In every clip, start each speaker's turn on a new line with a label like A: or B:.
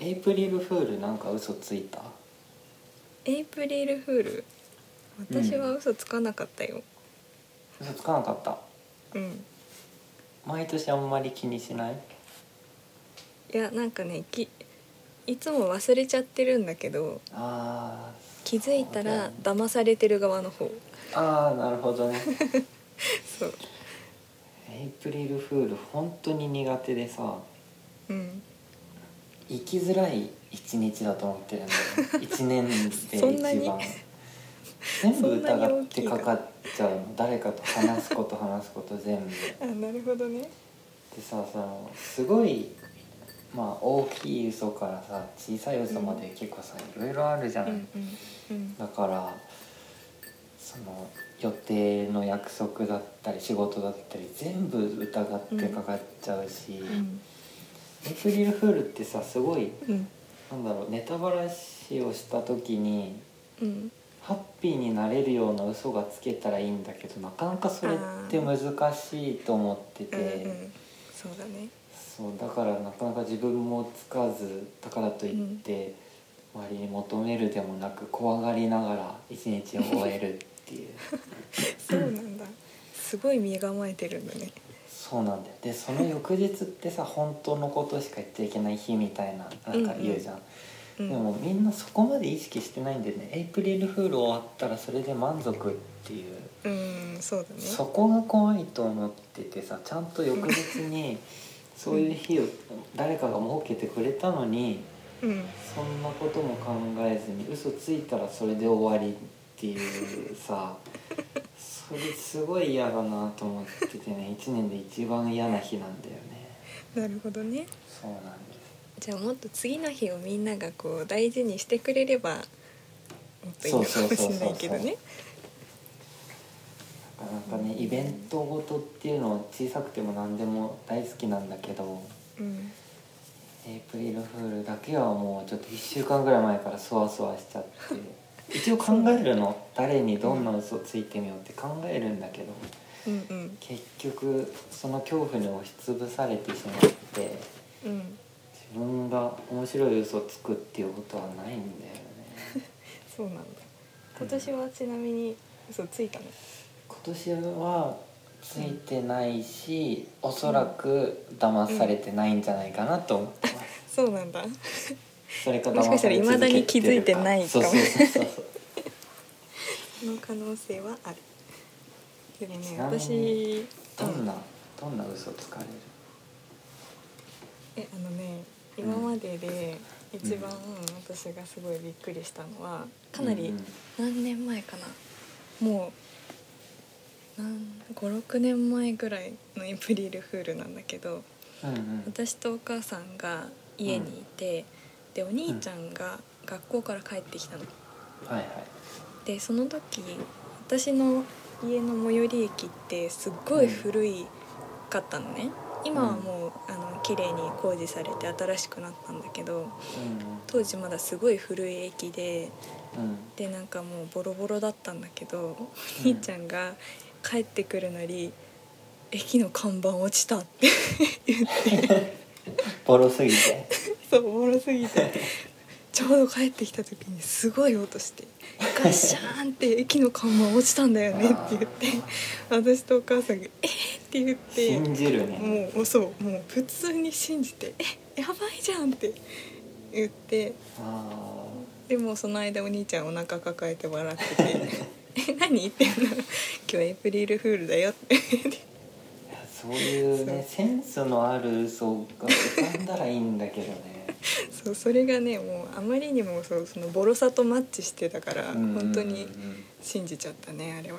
A: エイプリルフールなんか嘘ついた
B: エイプリルフール私は嘘つかなかったよ
A: 嘘つかなかった
B: うん、
A: 毎年あんまり気にしない
B: いやなんかねきいつも忘れちゃってるんだけど
A: あ
B: 気づいた
A: そうだ
B: ら
A: よね
B: 騙されてる側の方
A: ーあーなるほどね
B: そう
A: エイプリルフール本当に苦手でさ
B: うん
A: 生きづらい一日だと思ってるんだよ1 年
B: そんな
A: で
B: に
A: 一番全部
B: そんなに
A: 疑
B: 大
A: っ
B: き
A: て
B: いか
A: かかっちゃうの誰かと話すこと話すこと全部
B: あなるほどね
A: でさそのすごいまあ大きい嘘からさ小さい嘘まで結構さいろいろあるじゃ
B: う
A: ない、
B: んうんうん
A: だからその予定の約束だったり仕事だったり全部疑ってかかっちゃうし、
B: うん
A: エイプリルフールってさすごい
B: うん
A: なんだろうネタバラシをした時に
B: うん
A: ハッピーになれるような嘘がつけたらいいんだけどなかなかそれって難しいと思ってて。
B: うんうんそうだね
A: そうだからなかなか自分もつかずだからといって、周りに求めるでもなく怖がりながら一日を終えるっていう
B: そうなんだすごい身構えてるんだね
A: そうなんだよでその翌日ってさ本当のことしか言っちゃいけない日みたいななんか言うじゃん、
B: うん
A: でもみんなそこまで意識してないんだよねエイプリルフール終わったらそれで満足っていう
B: うんそうだね
A: そこが怖いと思っててさちゃんと翌日 にそういう日を誰かが設けてくれたのに。
B: うん
A: そんなことも考えずに嘘ついたらそれで終わりっていう さそれすごい嫌だなと思っててね1年で一番嫌な日なんだよね
B: なるほどね
A: そうなんです
B: じゃあもっと次の日をみんながこう大事にしてくれればもっといいのかもしれないけどね
A: なかなかねイベントごとっていうのは小さくても何でも大好きなんだけど
B: うん
A: エイプリルフールだけはもうちょっと1週間ぐらい前からそわそわしちゃって一応考えるの誰にどんな嘘ついてみようって考えるんだけど、
B: うんうん
A: 結局その恐怖に押しつぶされてしまって
B: うん
A: 自分が面白い嘘つくっていうことはないんだよね
B: そうなんだ今年はちなみに嘘ついたの
A: 今年はついてないし、おそらく騙されてないんじゃないかなと思ってます、
B: そうなんだ
A: それか
B: もしか
A: 騙
B: した
A: さ
B: ら
A: れ
B: 未だに気づいてないか
A: そう
B: も
A: そうそうそう
B: その可能性はあるでも
A: ち
B: ね
A: なみに
B: 私
A: どん
B: う
A: などんな嘘つかれる
B: えあのね今までで一番私がすごいびっくりしたのはかなり
A: うんうん
B: 何年前かなもう56年前ぐらいのエイプリルフールなんだけど
A: うんうん
B: 私とお母さんが家にいて、でお兄ちゃんが学校から帰ってきたの。
A: はいはい
B: でその時私の家の最寄り駅ってすっごい古いかったのね。今はもうあの綺麗に工事されて新しくなったんだけど当時まだすごい古い駅で
A: うんうん
B: でなんかもうボロボロだったんだけどお兄ちゃんが帰ってくるなり「駅の看板落ちた」って
A: ボロすぎて
B: そうおもろすぎて ちょうど帰ってきた時にすごい音して「ガッシャーンって駅の看板落ちたんだよね」って言って 私とお母さんが「えっ?」って言って
A: 信じるね
B: もうそうもう普通に信じて「えやばいじゃん」って言って
A: ああ
B: でもその間お兄ちゃんお腹抱えて笑って て「え何言ってんの今日エイプリルフールだよ」って
A: いやそういうねセンスのある嘘が浮かんだらいいんだけどね
B: そうそれがねもうあまりにもそうそのボロさとマッチしてたから
A: うんうんうん
B: 本当に信じちゃったねあれは。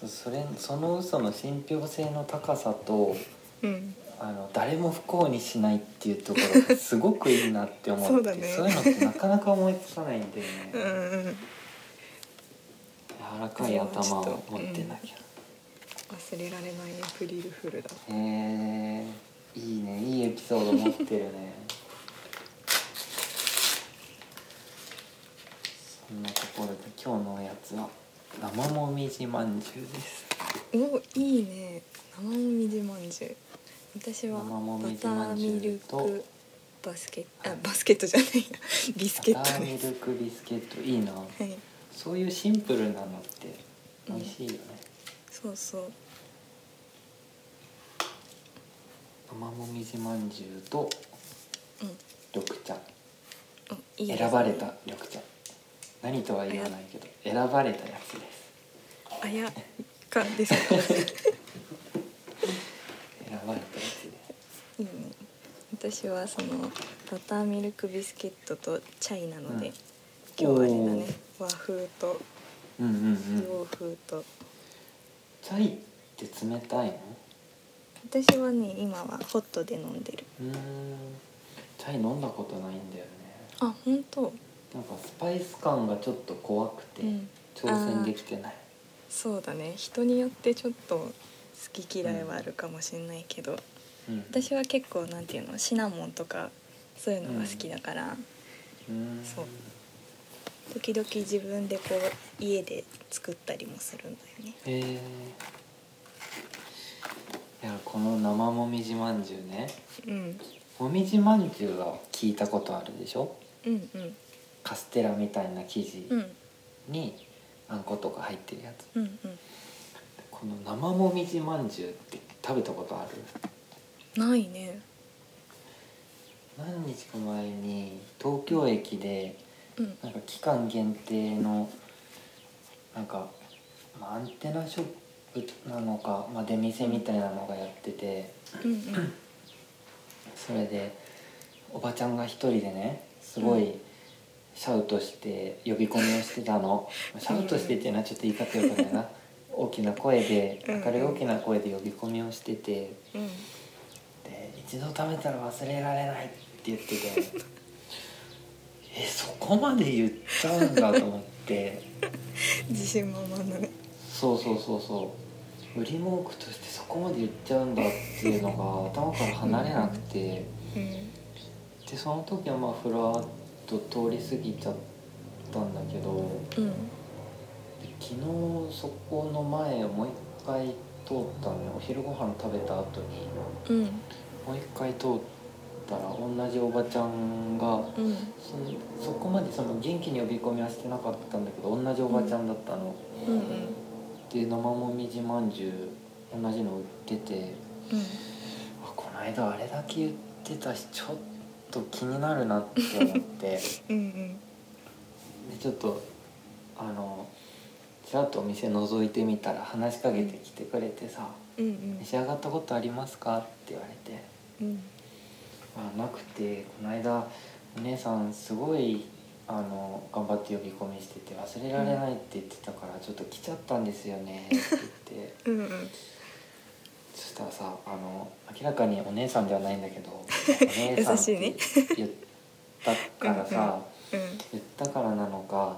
A: そうそれその嘘の信憑性の高さと
B: うん
A: あの誰も不幸にしないっていうところがすごくいいなって思って
B: そうだね
A: そういうのってなかなか思いつかないんだよ
B: うん
A: ね
B: うん
A: 柔らかい頭を持ってなきゃ、
B: 忘れられないエイプリルフールだ
A: へえいいねいいエピソード持ってるねそんなところで今日のおやつは生もみじまんじゅうです
B: おいいね生もみじまんじゅう私は
A: 生も
B: バ
A: みじ
B: タ
A: ま
B: ー
A: んじゅう
B: ミル
A: と
B: クバスケあバスケットじゃないやビスケッ
A: バタ
B: ト
A: ー
B: で
A: ミ
B: す
A: ルクビスケットいいな
B: はい
A: そういうシンプルなのって美味しいよね、
B: そうそう
A: 甘もみじまんじゅうと
B: うん
A: 緑茶
B: あいいですね
A: 選ばれた緑茶何とは言わないけど選ばれたやつです
B: あやかですか
A: 選ばれたやつです
B: いいね私はそのバターミルクビスケットとチャイなので、
A: うん
B: 今日はあれだね
A: おー
B: 和風と
A: うんうんうん
B: 洋風と、
A: チャイって冷たいの
B: 私はね今はホットで飲んでる
A: うーんチャイ飲んだことないんだよね
B: あ本当
A: なんかスパイス感がちょっと怖くて
B: うん
A: 挑戦できてない、
B: そうだね人によってちょっと好き嫌いはあるかもしれないけど、
A: うん、
B: 私
A: は
B: は結構なんていうのシナモンとかそういうのが好きだから、そう時々自分でこう家で作ったりもするんだよね
A: へえいやこの生もみじまんじゅうね
B: うん
A: もみじまんじゅうは聞いたことあるでしょ
B: うんうん
A: カステラみたいな生地
B: うん
A: にあんことか入ってるやつ
B: うんうん
A: この生もみじまんじゅうって食べたことある
B: ないね
A: 何日か前に東京駅で
B: うん
A: なんか期間限定のなんか、まあ、アンテナショップなのか、まあ、出店みたいなのがやってて
B: うんうん
A: それでおばちゃんが一人でねすご
B: う
A: いシャウトして呼び込みをしてたのシャウトしてっていうのはちょっと言い方よくないな大きな声で
B: うんうん
A: 明るい大きな声で呼び込みをしてて
B: うん
A: で一度食べたら忘れられないって言っ ててえそこまで言っちゃうんだと思って。
B: 自信満々だね
A: そうそうそうそう売り文句としてそこまで言っちゃうんだっていうのが頭から離れなくて
B: うん
A: でその時はまあふらっと通り過ぎちゃったんだけど
B: うん
A: で昨日そこの前をもう一回通ったのよお昼ご飯食べた後に
B: うん
A: もう一回通ったら同じおばちゃんが
B: うん
A: そのそこまでその元気に呼び込みはしてなかったんだけど同じおばちゃんだったの。
B: うん
A: で生もみじまんじゅう同じの売ってて
B: うん
A: あこの間あれだけ言ってたしちょっと気になるなって思ってで
B: うんうん
A: ちょっとあのちらっとお店覗いてみたら話しかけてきてくれてさ
B: うん
A: 「召し上がったことありますか?」って言われて
B: うん
A: 「あなくてこの間お姉さんすごいあの頑張って呼び込みしてて忘れられないって言ってたからちょっと来ちゃったんですよね」って言って。
B: うんうん
A: そしたらさあの明らかにお姉さんではないんだけどお姉さんって
B: 優
A: 言ったからさ
B: うん
A: 言ったからなのか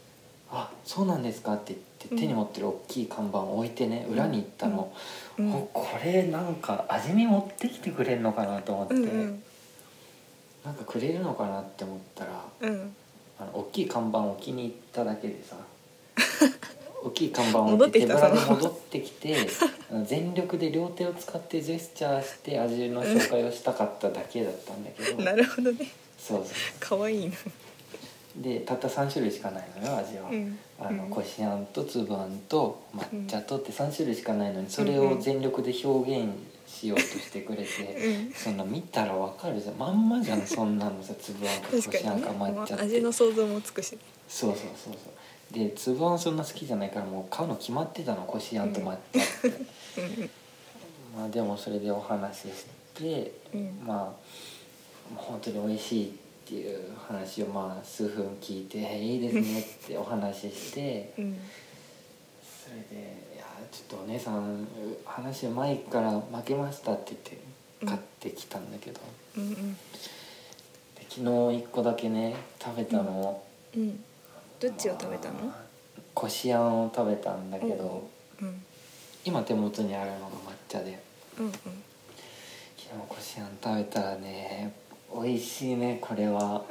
A: 「あそうなんですか」って言って手に持ってる大きい看板を置いてね裏に行ったの、
B: うん
A: おこれなんか味見持ってきてくれるのかなと思って、
B: うんうん
A: なんかくれるのかなって思ったら
B: うん
A: あの大きい看板を置きに行っただけで さ大きい看板を
B: 戻
A: 置い
B: って
A: て
B: き
A: 手
B: た
A: ぶらで
B: その
A: 戻ってきてあの全力で両手を使ってジェスチャーして味の紹介をしたかっただけだったんだけど
B: なるほどね
A: そうそ
B: 可愛い
A: う
B: な
A: でたった3種類しかないのよ味は、
B: うん
A: あの
B: うん
A: こしあんとつぶあんと抹茶とって3種類しかないのにそれを全力で表現しようとしてくれて。
B: うん
A: そんな見たらわかるじゃんまんまじゃ んそんなのさつぶあんかこ
B: 確
A: し
B: か
A: あん
B: に
A: か
B: ね
A: 抹茶って
B: 味の想像もつくし
A: そうそうそうそうでつぶあんそんな好きじゃないからもう買うの決まってたのこしあんと抹茶って、
B: うん
A: まあでもそれでお話しして
B: うん
A: まあ本当に美味しいっていう話をまあ数分聞いて「いいですね」ってお話しして
B: うん
A: それで「いやちょっとお姉さんう話うまいから負けました」って言って買ってきたんだけど、
B: うんうん
A: で昨日1個だけね食べたの、
B: うんどっちを食べたの
A: こしあんを食べたんだけど、
B: うん
A: 今手元にあるのが抹茶で
B: うんうん
A: 昨日こしあん食べたらね美味しいねこれ は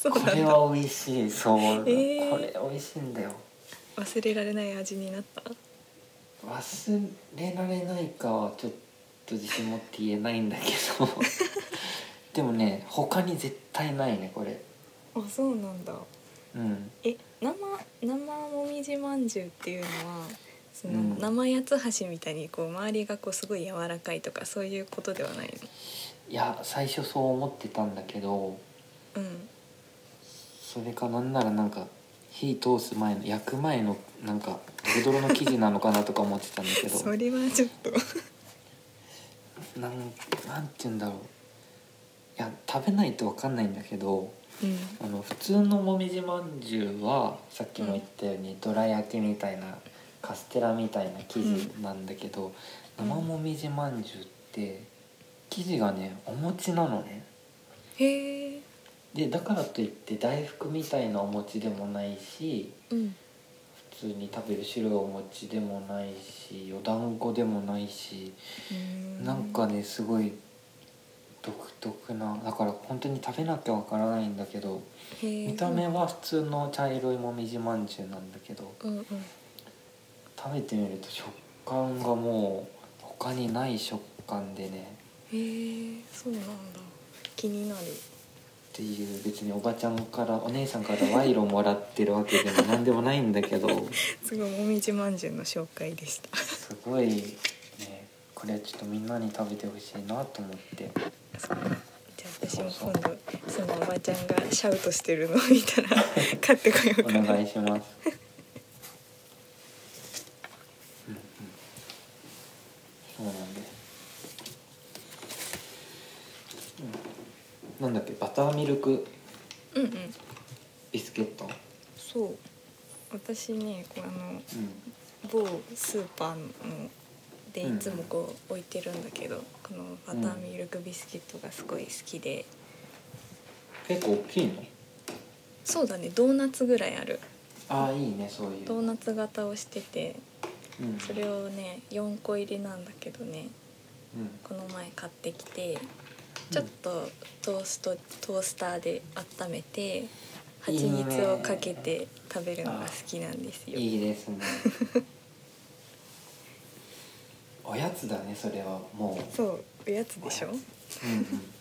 B: そう
A: こ
B: なん
A: れ
B: だ
A: は美味しいそう、
B: えー
A: これ美味しいんだよ
B: 忘れられない味になった
A: 忘れられないかはちょっと自信持って言えないんだけどででもね他に絶対ないねこれ
B: あそうなんだ
A: うん
B: え生生もみじまんじゅうっていうのはその、
A: うん
B: 生八つ橋みたいにこう周りがこうすごい柔らかいとかそういうことではない
A: いや最初そう思ってたんだけど
B: のうん
A: それかなんならなんか火通す前の焼く前のなんかドロドロの生地なのかなとか思ってたんだけど
B: それはちょっと
A: なんなんて言うんだろういや食べないとわかんないんだけど
B: うん
A: あの普通のもみじまんじゅうはさっきも言ったようにどら焼きみたいなカステラみたいな生地なんだけど、
B: うん
A: 生もみじまんじゅうって生地がねお餅なのね
B: へえ
A: でだからといって大福みたいなお餅でもないし
B: うん
A: 普通に食べる白いお餅でもないしお団子でもないし
B: うー
A: なんかねすごい独特なだから本当に食べなきゃわからないんだけど
B: へえ
A: 見た目は普通の茶色いもみじまんじゅうなんだけど
B: うんうん
A: 食べてみると食感がもう他にない食感でね
B: へえそうなんだ気になる
A: っていう別におばちゃんからお姉さんから賄賂もらってるわけでも何でもないんだけど
B: すごいもみじまんじゅうの紹介でした
A: すごいねこれちょっとみんなに食べてほしいなと思って。
B: そうじゃあ私も今度そのおばちゃんがシャウトしてるのを見 たら買ってこよう
A: お
B: かな
A: 願いします。うんうんそうなんです。うんなんだっけバターミルク
B: うんうん
A: ビスケット。
B: そう私ねこうあの
A: う
B: 某スーパーので
A: うん
B: いつもこう置いてるんだけど、このバターミルクビスケットがすごい好きで、
A: ん、結構大きいの。
B: そうだねドーナツぐらいある
A: ああいいねそういう。
B: ドーナツ型をしてて
A: うん、
B: それをね4個入りなんだけどね
A: うん
B: この前買ってきてちょっとトーストトースターで温めて蜂蜜をかけて食べるのが好きなんですよ。
A: いいです ね。おやつだねそれはも
B: そうおやつでしょ
A: う。うんうん